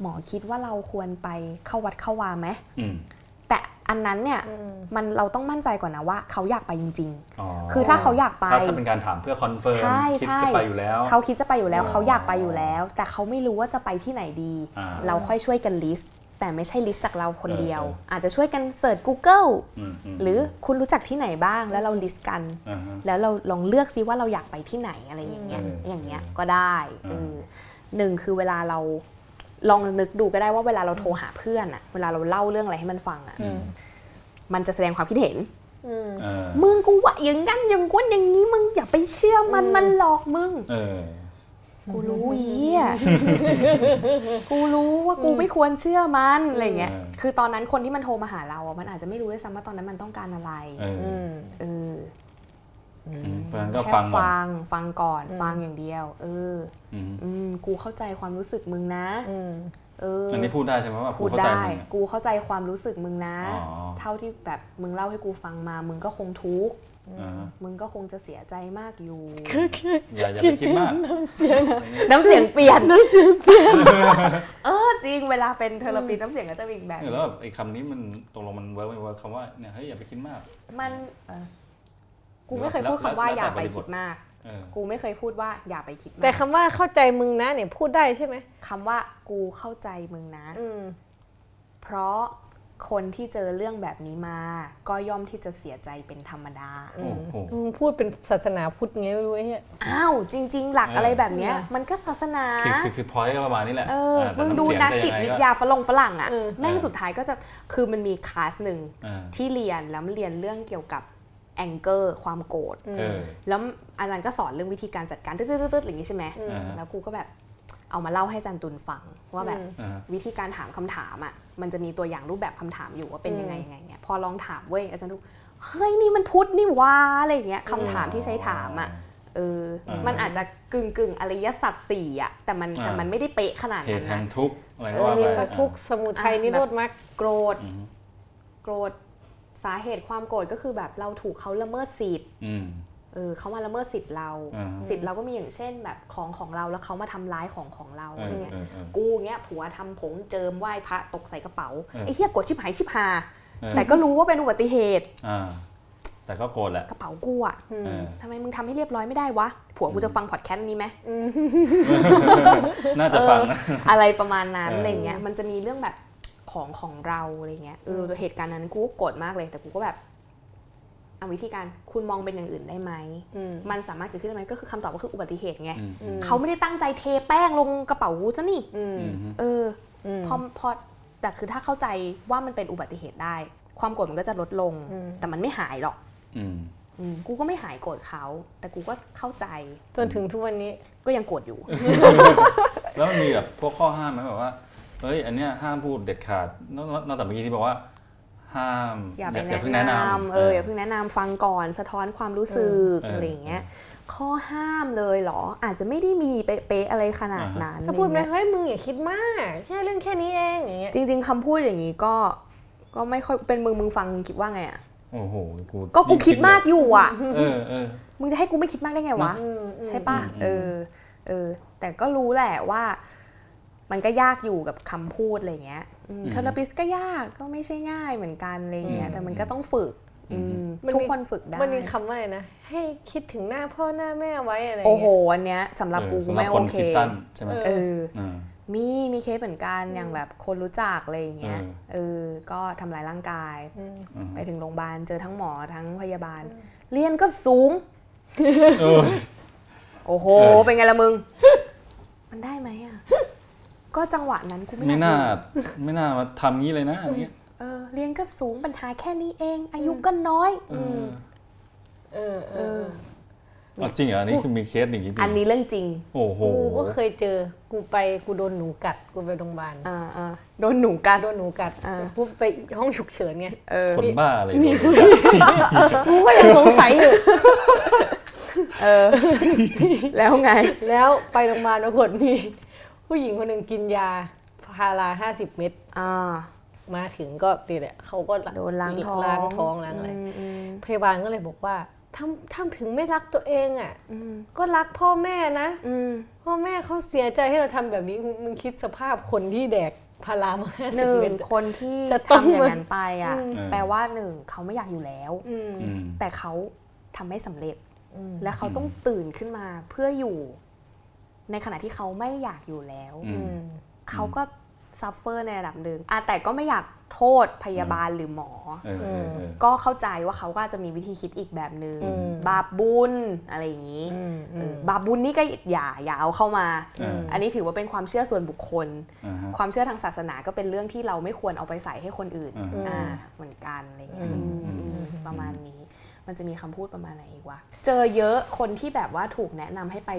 หมอคิดว่าเราควรไปเข้าวัดเข้าวาไหม
อืม
แต่อันนั้นเนี่ย
อืม
มันเราต้องมั่นใจก่อนนะว่า เขาอยากไปจริง ๆ
อ๋อ
คือถ้าเขาอยากไป
ถ้ถ้าเป็นการถามเพื่อคอนเฟิร์ม
ใช่
คิด
ใช่
จะไปอยู่แล้ว
เขาคิดจะไปอยู่แล้ว
อ๋อ
เขาอยากไปอยู่แล้ว แต่เขาไม่รู้ว่าจะไปที่ไหนดี
อ่า
เราค่อยช่วยกันลิสต์แต่ไม่ใช่ลิสต์จากเราคนเดียว
เออเอออ
อาจจะช่วยกันเสิร์ช Google
อืมม
หรือคุณรู้จักที่ไหนบ้างแล้วเราลิสต์กัน
าฮะ
แล้วเราลองเลือกซิว่าเราอยากไปที่ไหนอะไรอย่างเงี้ย
เออ
อ
อ
ย่างเงี้ยก็ได้เออหนึ่งคือเวลาเราลองนึกดูก็ได้ว่าเวลาเราโทรหาเพื่อนอะเวลาเราเล่าเรื่องอะไรให้มันฟังอะ
อืม
มันจะแสดงความคิดเห็น
อืม
เออ
มึงกูว่าอย่างงั้นอย่างก้นอย่างนี้มึงอย่าไปเชื่อมันมันหลอกมึง
เออ
กูรู้อีอ่ะ กูรู้ว่ากูไม่ควรเชื่อมันอะไรเงี้ย
อืม
คือตอนนั้นคนที่มันโทรมาหาเราอ่ะมันอาจจะไม่รู้ด้วยซ้ำว่าตอนนั้นมันต้องการอะไร
เอออ
เออ
อืมเพราะฉะนั้นก็
แค่
ฟังก่อน
ฟังฟังก่อนฟังอย่างเดียว เออ
อืม
อืมกูเข้าใจความรู้สึกมึงนะ
อืม
เออ
อันนี้พูดได้ใช่ไหมว่า
พู
ผู้
ด
เข้าใจมึ
ได้
งเนี่ย
กูเข้าใจความรู้สึกมึงนะ
อ๋อ
เท่าที่แบบมึงเล่าให้กูฟังมา มึงก็คงทุกข์
อ่าฮะ
มึงก็คงจะเสียใจมากอยู่
อย่าอย่าไปคิดมาก
น้ำเสียงเปลี่ยน น้ำเสียงเปลี่ยน เออจริงเวลาเป็นเทอราปีน้ำเสียงก็จะเป็นอีกแบบ
เออแล้วแบบไอ้คำนี้มันตกลงมันเวิร์กไม่เวิร์กคำว่าเนี่ยเฮ้ยอย่าไปคิดมาก
มันเออกูไม่เคยพูดคำว่า
แล้วแต่
อย่าไป
บริบ
คิ
ท
ดมาก
เออ
กูไม่เคยพูดว่าอย่าไปคิด
แต่
มาก
คำว่าเข้าใจมึงนะเนี่ยพูดได้ใช่ไหม
คำว่ากูเข้าใจมึงนะ
อืม
เพราะคนที่เจอเรื่องแบบนี้มา ก็ย่อมที่จะเสียใจเป็นธรรมดา
โอ้โห
มึงพูดเป็นศาสนาพุทธไงไม่รู้ไอ้เหี้ย
อ้าวจริง ๆ หลัก
เอออ
อะไรแบบเนี้ย มันก็ศาสนา
คือคือคือพอยก็ประมาณนี้แหละ
เออ
อ่าแต่
มึง
น้ำ
ดู
เสีย
นัก
จะ
จิต
ยังไง
วิท
ก็
ยาฝรั่งฝรั่งอ่ะ
เออ
แม่ง
เออ
สุดท้ายก็จะคือมันมีคลาสหนึ่ง
เออ
ที่เรียนแล้วเรียนเรื่องเกี่ยวกับแองเกอร์ความโกรธ
เออ
แล้วอาจารย์ก็สอนเรื่องวิธีการจัดการตึ๊ดๆๆๆอย่างนี้ใช่ไหม
อ่าฮะ
แล้วกูก็แบบเอามาเล่าให้อาจารย์ตุลฟังว่าแบบ
อ่าฮะ
วิธีการถามคำถามอ่ะมันจะมีตัวอย่างรูปแบบคำถามอยู่ว่าเป็นยังไงยังไงเงี้ยพอลองถามเว้ยอาจารย์ทุกเฮ้ยนี่มันพุทธนี่วะอะไรอย่างเงี้ยคำถามที่ใช้ถามอ่ะเอออา
มั
มันอาจจะกึ่งกึ่งๆอริยสัจสี่อ่ะแต่มันแต่
อ่ามั
มันไม่ได้เป๊ะขนาด
เห
นั้
ตุ
น
แห่
นะ
งทุกข์อะไรก็ว่า
มี
ไป
พระทุกข์สมุทัยนิโรธมรรค
โกรธ
อืม
โกรธสาเหตุความโกรธก็คือแบบเราถูกเขาละเมิดสิทธิ
อืม
เออเขามาละเมิดสิทธิ์เรา
อ่าฮะ
สิทธิ์เราก็มีอย่างเช่นแบบของของเราแล้วเขามาทำร้ายของของเรา
เอ
อะไร
อ
เงี้ย
เออเออ
กูเงี้ยผัวทำผงเจิมไหว้พระตกใส่กระเป๋า
เออ
ไอ้เหี้ยกดชิบหายชิบหา
เออ
แต่ก็รู้ว่าเป็นอุบัติเหตุ
อ่าแต่ก็โกรธแหละ
กระเป๋ากูอะ
เออ
ทำไมมึงทำให้เรียบร้อยไม่ได้วะ ผัวกูจะฟังพอดแคสต์อันนี้ไหม
น่าจะฟังนะ
อะไรประมาณนั้น
เอออ
อะไรเงี้ยมันจะมีเรื่องแบบของของเราอะไรเงี้ยเออเหตุการณ์นั้นกูก็โกรธมากเลย แต่กูก็แบบเอาวิธีการคุณมองเป็นอย่างอื่นได้ไหม
อืม
มันสามารถเกิดขึ้นได้ไหมก็คือคำตอบก็คืออุบัติเหตุไง
อืม
อืม
เขาไม่ได้ตั้งใจเทแป้งลงกระเป๋ากูซะนี่
อืม
อืม
เออ
อื
อ
ม
พอพอแต่คือถ้าเข้าใจว่ามันเป็นอุบัติเหตุได้ ความโกรธมันก็จะลดลง
อืม
แต่มันไม่หายหรอก
อืม
อืมกูก็ไม่หายโกรธเขา แต่กูก็เข้าใจ
จนถึงทุกวันนี้
ก็ยังโกรธอยู่
แล้วมันมีแบบพวกข้อห้ามไหมแบบว่าเฮ้ยอันเนี้ยห้ามพูดเด็ดขาดนอกนอกจากเมื่อกี้ที่บอกว่า ห้าม
อย่าไป
เพิ่ง
แนะ
แนะ
นำ
นำ
เอออย่าเพิ่งแนะนำฟังก่อนสะท้อนความรู้สึก
เอออ
อะไรอย่างเงี้ย
เออ
ข้อห้ามเลยเหรอ อาจจะไม่ได้มีเป๊ะๆอะไรขนาดนั้น
ถ้าพูด
อะ
ไหม
ไรเงี้ย
เฮ้ยมึงอย่าคิดมาก แค่เรื่องแค่นี้เองอย่างเงี้ย
จริง ๆคำพูดอย่างนี้ก็ก็ไม่ค่อยเป็นมึงมึงฟังคิดว่าไงอ่ะ
โอ้โหกู
ก็กูคิดมากอยู่อ่ะ
เออเออ
มึงจะให้กูไม่คิดมากได้ไงวะ
อืมอืม
ใช่ป่ะ
อืม
เออ เออ แต่ก็รู้แหละว่า มันก็ยากอยู่กับคำพูดอะไรเงี้ยเทอราปิสก็ยาก ก็ไม่ใช่ง่ายเหมือนกันอะไรเงี้ย แต่มันก็ต้องฝึกอืมทุกคนฝึกได้
มันมีคำว่าอะไรนะ ให้คิดถึงหน้าพ่อหน้าแม่ไว้อะไร
โอ้โห
เงี้ย
อันเนี้ยสำหรับ
เออ
กู
สำหรับ
ไม่
ค
โอน เค
คิดสั้นใช่ไหม
เอ
เออ
อ่า
มี มีเคสเหมือนกัน อย่างแบบคนรู้จักอะไรอย่างเงี้ย
เออ
เออ ก็ทำร้ายร่างกาย
อืม
อืม
ไปถึงโรงพยาบาล เจอทั้งหมอทั้งพยาบาล เรียนก็สูง
เออ
โอ้โห
เออ
เป็นไงละมึง มันได้ไหมอ่ะ ก็จังหวะนั้นกูไม่
ไม่น่า
อยกอยู่
ไม่น่ามาทำงี้เลยนะอะไรเงี้ย
เออเรียนก็สูงปัญหาแค่นี้เอง อายุก็น้อย
เออ
เออเอ
เอ
อ
อ
เอาจริงเหรออันนี้คือมีเคสอย่างนี้จริ
อัน
ง
นี้เรื่องจริง
โอ้โห
กูก็เคยเจอกูไปกูโดนหนูกัดกูไปโรงพยาบาล
อ่าอ่าโดนหนูกัด
โดนหนูกัด
อ่า
เสร็จปุ๊บไปห้องฉุกเฉินไง
เออ
คนบ้าอะไรโดน
กูก็ยังสงสัยอยู่
เอ อ แล้วไง
แล้วไปโรงพยาบาลปรากฏมีผู้หญิงคนหนึ่งกินยาพาราห้าสิบเม็ด
อ่า
มาถึงก็ดีแหละเขาก็
โดนล้างท้อง
ล้างท้องล้างอะไร
มม
พยาบาลก็เลยบอกว่าถ้าถ้าถึงไม่รักตัวเองอ่ะ
อืม
ก็รักพ่อแม่นะ
อืม
พ่อแม่เขาเสียใจให้เราทำแบบนี้มึงมึงคิดสภาพคนที่แดกพารามาห้า
ห
สิบเม็
นึ่
ด
งคนที่
จะต้อง
ทำอย่างนั้นไปอ่ะ
เออ
แปลว่าหนึ่งเขาไม่อยากอยู่แล้ว
อืม
อืม
แต่เขาทำไม่สำเร็จ
อืม
และเขา
อืม
ต้องตื่นขึ้นมาเพื่ออยู่ ในขณะที่เขาไม่อยากอยู่แล้ว
อื
อื
ม
ม
เขาก็ซัฟเฟอร์ในระดับหนึ่งอ่ะแต่ก็ไม่อยากโทษพยาบาลหรือหมอ
เออเออเออ
ก็เข้าใจว่าเขาก็อาจจะมีวิธีคิดอีกแบบหนึง่งบาปบุญอะไรอย่างนี้
อืม
เออบาปบุญนี่ก็อย่าอย่าเอาเข้ามา
อืม
อันนี้ถือว่าเป็นความเชื่อส่วนบุคคล
อ่าฮะ
ความเชื่อทางศาสนาก็เป็นเรื่องที่เราไม่ควรเอาไปใส่ให้คนอื่น
อืม
อ่าเหมือนกันอะไรเงี้ย
อืม
อืมประมาณนี้ มันจะมีคำพูดประมาณไหนอีกวะเจอเยอะคนที่แบบว่าถูกแนะนำให้ไป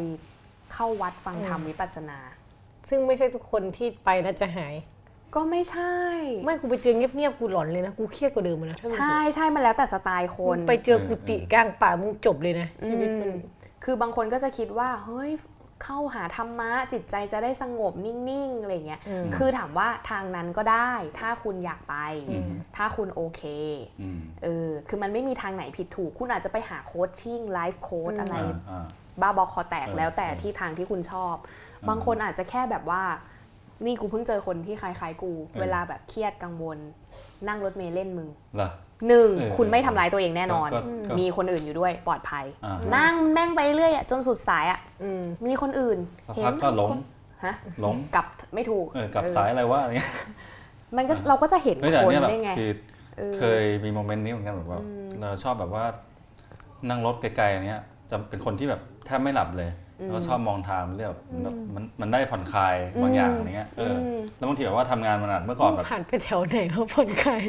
เข้าวัดฟังธรรมวิปัสสนา
ซึ่งไม่ใช่ทุกคนที่ไปแล้วจะหาย
ก็ไม่ใช่
ไม่กูไปเจอเงียบๆกูหลอนเลยนะกูเครียดกว่าเดิมอะนะถ้ามึง
ใช่ใช่มันแล้วแต่สไตล์ค
มึ
น
งไปเจอกุฏิกลางป่ามึงจบเลยนะชีวิตมึง
คือบางคนก็จะคิดว่า เฮ้ย เข้าหาธรรมะ จิตใจจะได้สงบนิ่ง ๆ อะไรเงี้ย
อืม
คือถามว่าทางนั้นก็ได้ ถ้าคุณอยากไป
อืม
ถ้าคุณโอเค
อืม
เออ คือมันไม่มีทางไหนผิดถูก คุณอาจจะไปหาโคชชิ่งไลฟ์โค้ชอะไร
อ่าอ่า
บ้าบอคอแตก
เออ
แล้วแต่
เออ
ที่ทางที่คุณชอบ
ออบ
างคนอาจจะแค่แบบว่า นี่กูเพิ่งเจอคนที่คล้ายๆกู
เออ
เวลาแบบเครียดกังวล นั่งรถเมล์เล่นมึง
เหรอ
หนึ่ง
เออ
คุณไม่ทำร้ายตัวเองแน่นอน
ก็ก็ก็
มีคนอื่นอยู่ด้วยปลอดภัย
อ่าฮะ
นั่งแม่งไปเรื่อยอะจนสุดสายอะ
อืม
มีคนอื่น
สักพักก็หลง
คนฮะ
หลง
กลับไม่ถูก
เออกลับ
เออ
สายอะไรวะอะไรเงี้ย
มันก็เราก็จะเห็น
เฮ้ยแต่
คน
เนี่ยแบบ
ได้ไง
คือ
เออ
เคยมีโมเมนต์นี้เหมือนกันแบบว่าเราชอบแบบว่า นั่งรถไกลๆอันเนี้ยจะเป็นคนที่แบบแทบไม่หลับเลยแล้วชอบมองทางเรื่องแบบมันมันได้ผ่อนคลายบางอย่างอะไรเงี้ยเอออ
ม
แล้วบางทีแบบว่าทำงานมาหนักเมื่อก่อนแบบ
ผ่านไปแถวไหนเขาผ่อนคลาย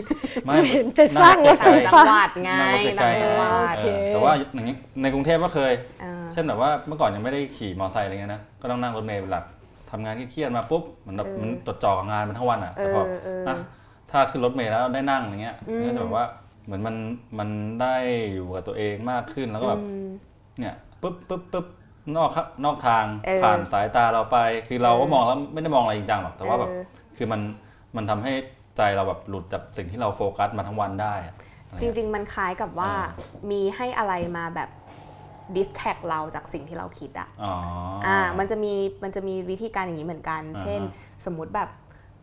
ไม่
กูเห็นแต่สร้างรถไฟ
ต่างจั
ฟ้า
งหวัดไง
นั่งรถไกลๆ
ต่างจังหวั
เอ
ด
โอเค
อแต่ว่าอย่างงี้ในกรุงเทพก็เคย
เออ
เช่นแบบว่าเมื่อก่อนยังไม่ได้ขี่มอเตอร์ไซค์อะไรเงี้ยนะ ก็ต้องนั่งรถเมล์เป็นหลักทำงานเครียดๆมาปุ๊บเหมือนแบบ
เออ
มันจดจ่อกับงานมันทั้งวันอ่ะ แต่พอ
เออเอออ่
ะถ้าขึ้นรถเมล์แล้วได้นั่งอย่างเงี้ยมันก็จะแบบว่าเหมือนมันมันได้อยู่กับตัวเองมากขึ้นแล้วก็แบบเนี่ยปุ๊บปุ๊บปุ๊บนอกครับนอกทาง
เออ
ผ่านสายตาเราไป คือเราก็มองแล้วไม่ได้มองอะไรจริงจังหรอกแต่ว่าแบบ
เออ
คือมันมันทำให้ใจเราแบบหลุดจากสิ่งที่เราโฟกัสมาทั้งวันได้อะอะไร
จ
เงี้ย
ริง ๆ มันคล้ายกับว่า
อ่า
มีให้อะไรมาแบบดิสแทกเราจากสิ่งที่เราคิดอะ
อ๋ออ
อ่ามันจะมีมันจะมีวิธีการอย่างนี้เหมือนกัน
อ่าฮะ
เช่น สมมติแบบ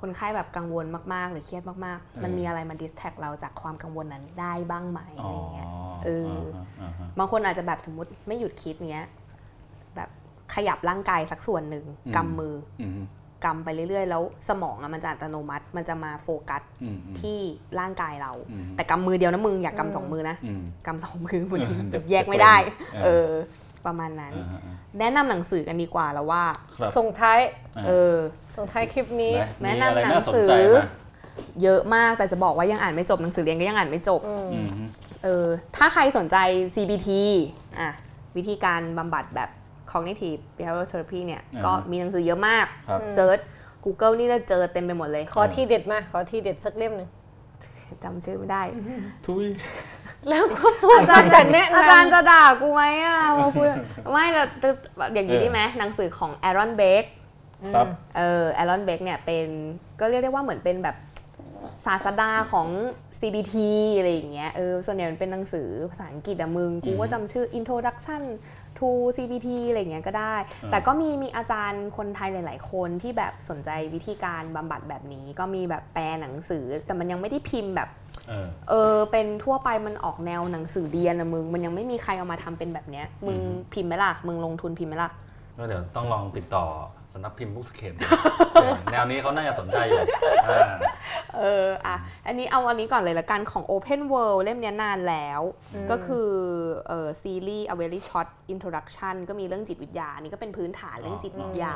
คนไข้แบบกังวลมากๆ หรือเครียดมาก
อืม
ๆ มันมีอะไรมาดิสแทกเราจากความกังวลนั้นได้บ้างไหม
อ๋อ
อะไรเงี้ย เอ
อ
อ
อ่าฮะ
บางคนอาจจะแบบสมมติไม่หยุดคิดเนี้ยแบบขยับร่างกายสักส่วนหนึ่ง
อืม
กำมือ
อืม
กำไปเรื่อยๆ แล้วสมองอะมันจะอัตโนมัติ มันจะมาโฟกัส
อืมอืม
ที่ร่างกายเรา
อืม
แต่กำมือเดียวนะมึงอย่ากำสองมือนะ
อืม
กำสองมือบางที
เออเดี๋ยว
แยกไม่ได้
เออ
เออประมาณนั้น
อ่าฮะอ่า
แนะนำหนังสือกันดีกว่าแล้วว่า
ครับ
ส่งท้าย
า
เออ
ส่งท้ายคลิปนี้
นะ
แนะ
มี
นำ
อะไร
หนัง
น่าสนใจ
สือ
ไหม
เยอะมากแต่จะบอกว่ายังอ่านไม่จบหนังสือเรียนก็ยังอ่านไม่จบ
อืม
เออถ้าใครสนใจ CBT อ่ะวิธีการบำบัดแบบ cognitive behavioral therapy เนี่ย ก็มีหนังสือเยอะมาก
ครับ
เซิร์ช Google นี่จะเจอเต็มไปหมดเลย
ขอที่เด็ดมา ขอที่เด็ดสักเล่มหนึ่ง
จำชื่อไม่ได้
ทุย
แล้วก็พูดอาจารย์แนะนำ
อาจารย์จะด่ากูไหมอ่ะมาพูดไม่แต่แต่อย่างนี้ได้ไหมหนังสือของ Aaron Beck
ครับ
เออแอลอนเบกเนี่ยเป็นก็เรียกได้ว่าเหมือนเป็นแบบศาสดาของ CBT อะไรอย่างเงี้ยเออส่วนใหญ่มันเป็นหนังสือภาษาอังกฤษอะมึง กูก็จำชื่อ Introduction to CBT อะไรอย่างเงี้ยก็ได้
อ่า
แต่ก็มีมีอาจารย์คนไทยหลาย ๆ คนที่แบบสนใจวิธีการบำบัดแบบนี้ ก็มีแบบแปลหนังสือ แต่มันยังไม่ได้พิมพ์แบบ
เออ
เออเป็นทั่วไปมันออกแนวหนังสือเรียนอะมึง มันยังไม่มีใครเอามาทำเป็นแบบเนี้ยมึง
อือฮึ
พิมพ์ไหมล่ะมึงลงทุนพิมพ์ไหมล่ะ
ก็เดี๋ยวต้องลองติดต่อ สำนักพิมพ์บุกสเข็ม แนวนี้เขาน่าจะสนใจอยู่อ่า
เอออ่ะอันนี้เอาอันนี้ก่อนเลยละกันของ Open World เล่มเนี้ยนานแล้ว ก็คือเออซีรีส์ A Very Short Introduction ก็มีเรื่องจิตวิทยาอันนี้ก็เป็นพื้นฐานเรื่องจิตวิทยา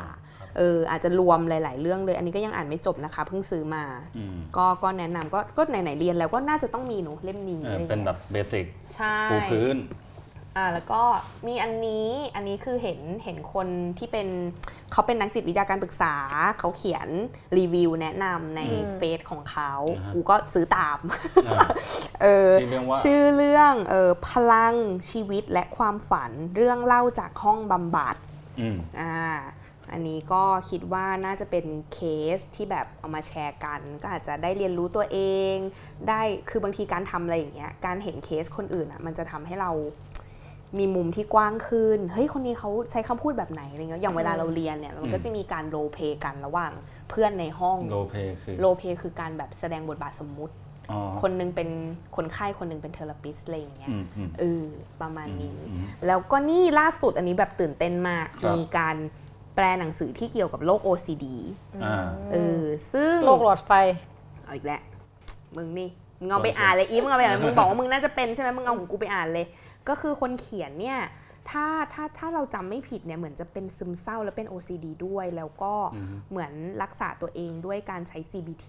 เอออาจจะรวมหลาย ๆ เรื่องเลย อันนี้ก็ยังอ่านไม่จบนะคะ เพิ่งซื้อมา
อืม
ก็ก็แนะนำก็ก็ไหน ๆ เรียนแล้วก็น่าจะต้องมีหนูเล่มนี้
เออเป็นแบบเบสิก
ใช่
ปูพื้น
อ่าแล้วก็มีอันนี้อันนี้คือเห็นเห็นคนที่เป็นเขาเป็นนักจิตวิทยาการปรึกษา เขาเขียนรีวิวแนะนำใน
อืม
เฟซของเขา
อ่าฮะ
กูก็ซื้อตาม
อ่า
เออ
ชื่อเรื่องว่า
ชื่อเรื่องเออพลังชีวิตและความฝันเรื่องเล่าจากห้องบำบัด
อืม
อ่าอันนี้ก็คิดว่าน่าจะเป็นเคสที่แบบเอามาแชร์กัน ก็อาจจะได้เรียนรู้ตัวเอง ได้คือบางทีการทำอะไรอย่างเงี้ยการเห็นเคสคนอื่นอ่ะมันจะทำให้เรามีมุมที่กว้างขึ้นเฮ้ยคนนี้เขาใช้คำพูดแบบไหนอะไรเงี้ยอย่างเวลาเราเรียนเนี่ยมันก็จะมีการโรลเพลย์กันระหว่างเพื่อนในห้อง
โลเพคือ
โรลเพลย์คือการแบบแสดงบทบาทสมมุติ
อ๋อ
คนหนึงเป็นคนไข้คนหนึงเป็นเทอราปิสอะไรอย่างเงี้ย
อืมอืม
เออประมาณนี้
อืม
แล้วก็นี่ล่าสุดอันนี้แบบตื่นเต้นมาก
ครับ
มีการแปลหนังสือที่เกี่ยวกับโรค OCD
อ่า
เออซึ่ง
โรคหลอดไฟ
เอาอีกแล้วมึงนี่มึงเอาไปอ่านเลยอีฟมึงเอาไปอ่านเลยมึงบอกว่ามึงน่าจะเป็นใช่ไหมมึงเอาของกูไปอ่านเลย ก็คือคนเขียนเนี่ยถ้าถ้าถ้าเราจำไม่ผิดเนี่ยเหมือนจะเป็นซึมเศร้าแล้วเป็น OCD ด้วย แล้วก็
อืม
เหมือนรักษาตัวเองด้วยการใช้ CBT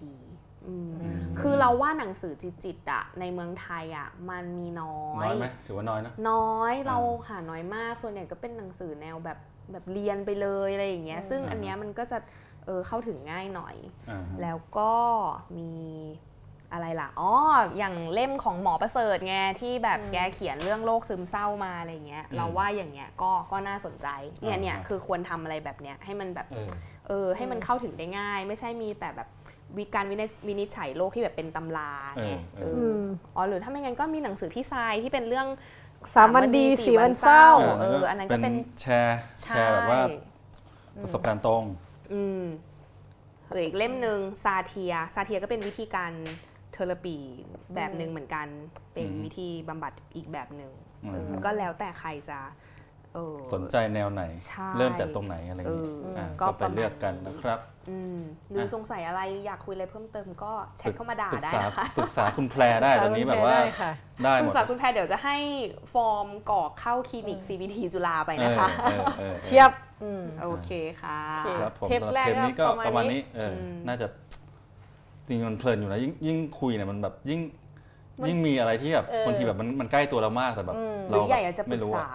อืม
อืม
คือเราว่าหนังสือจิตจิตๆอะในเมืองไทยอะมันมีน้อย
น้อยไหมถือว่าน้อยนะ
น้อยเรา
อ่
หาน้อยมากส่วนใหญ่ก็เป็นหนังสือแนวแบบแบบเรียนไปเลยอะไรอย่างเงี้ยซึ่ง
อ่า
อันเนี้ยมันก็จะเออเข้าถึงง่ายหน่อย
อ่าฮะ
แล้วก็มีอะไรล่ะอ๋ออย่างเล่มของหมอประเสริฐไงที่แบบแกเขียนเรื่องโรคซึมเศร้ามาอะไรเงี้ย
อืม
เราว่าอย่างเงี้ยก็ก็น่าสนใจเนี่ยเนี่ย
อ่า
คือควรทำอะไรแบบเนี้ยให้มันแบบ
เออ
เออให้มันเข้าถึงได้ง่าย ไม่ใช่มีแต่แบบวิการวินิจวินิจฉัยโรคที่แบบเป็นตำรา
เออ
ไง
เออ
เอออ๋อหรือถ้าไม่งั้นก็มีหนังสือพี่ทรายที่เป็นเรื่อง
สามวันดีสี่วันเศร้า
เอออันนั้นก็เป็น
แชร์แชร์แบบว่า
ใช่
ประสบการณ์ตรง
อืมหรืออีกเล่มหนึ่งซาเทียซาเทียก็เป็นวิธีการเทอราปีแบบหนึ่งเหมือนกัน เป็น
อืม
วิธีบำบัดอีกแบบหนึ่ง
อืม
เออก็แล้วแต่ใครจะเออ
สนใจแนวไหน
ใช่
เริ่มจากตรงไหนอะไรอย่างนี้
เอออ่
ะ
ก็
ก็
ป
ไประ
มาณ
เลือกกันนะครับ
อืมหรืออะ สงสัยอะไรอยากคุยอะไรเพิ่มเติมก็แชทเข้ามาด่า
ปรึก
ได้
ษา
นะคะ
ปรึกษาคุณแพรได้ตอนนี้แบบว่า
ได้ค่ะ
ได้ห
คุ
ม
ณ
ด
สาวคุณแพรเดี๋ยวจะให้ฟอร์มกรอกเข้าคลินิก CBT จุฬาไป
เอ
นะ
อ
คะ
เออออออ
เทียบ
โอเคค่ะ
โอเค
ครับผม
เทป
สำห
แร
รั
ก
บเทปนี้ก็
ก็
ป
ประ ระ
มา
มา
ณ
ณนี้
นี้เอออ
ม
น่าจะจริงๆมันเพลินอยู่นะยิ่งยิ่งคุยเนี่ยมันแบบยิ่งยิ่งมีอะไรที่แบบ
เออ
บางทีแบบมันมันใกล้ตัวเรามากแต่แบบ
ห
เรา
รือใหญ่อาจจะ
แบบ
ปรึ
ไม่
ก
รู้อะ
ษา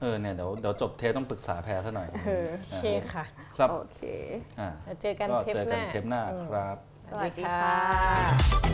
เออเนี่ยเดี๋ยวเดี๋ยวจบเทปต้องปรึกษาแพรซะหน่อย
เออ
โอเคค่ะ
ครับ
โอเค
อ่า
แล้วเจอกัน
ก็
เทปห
เจอกัน
น้า
เทปหน้าครับ
สวัสดีค่ะ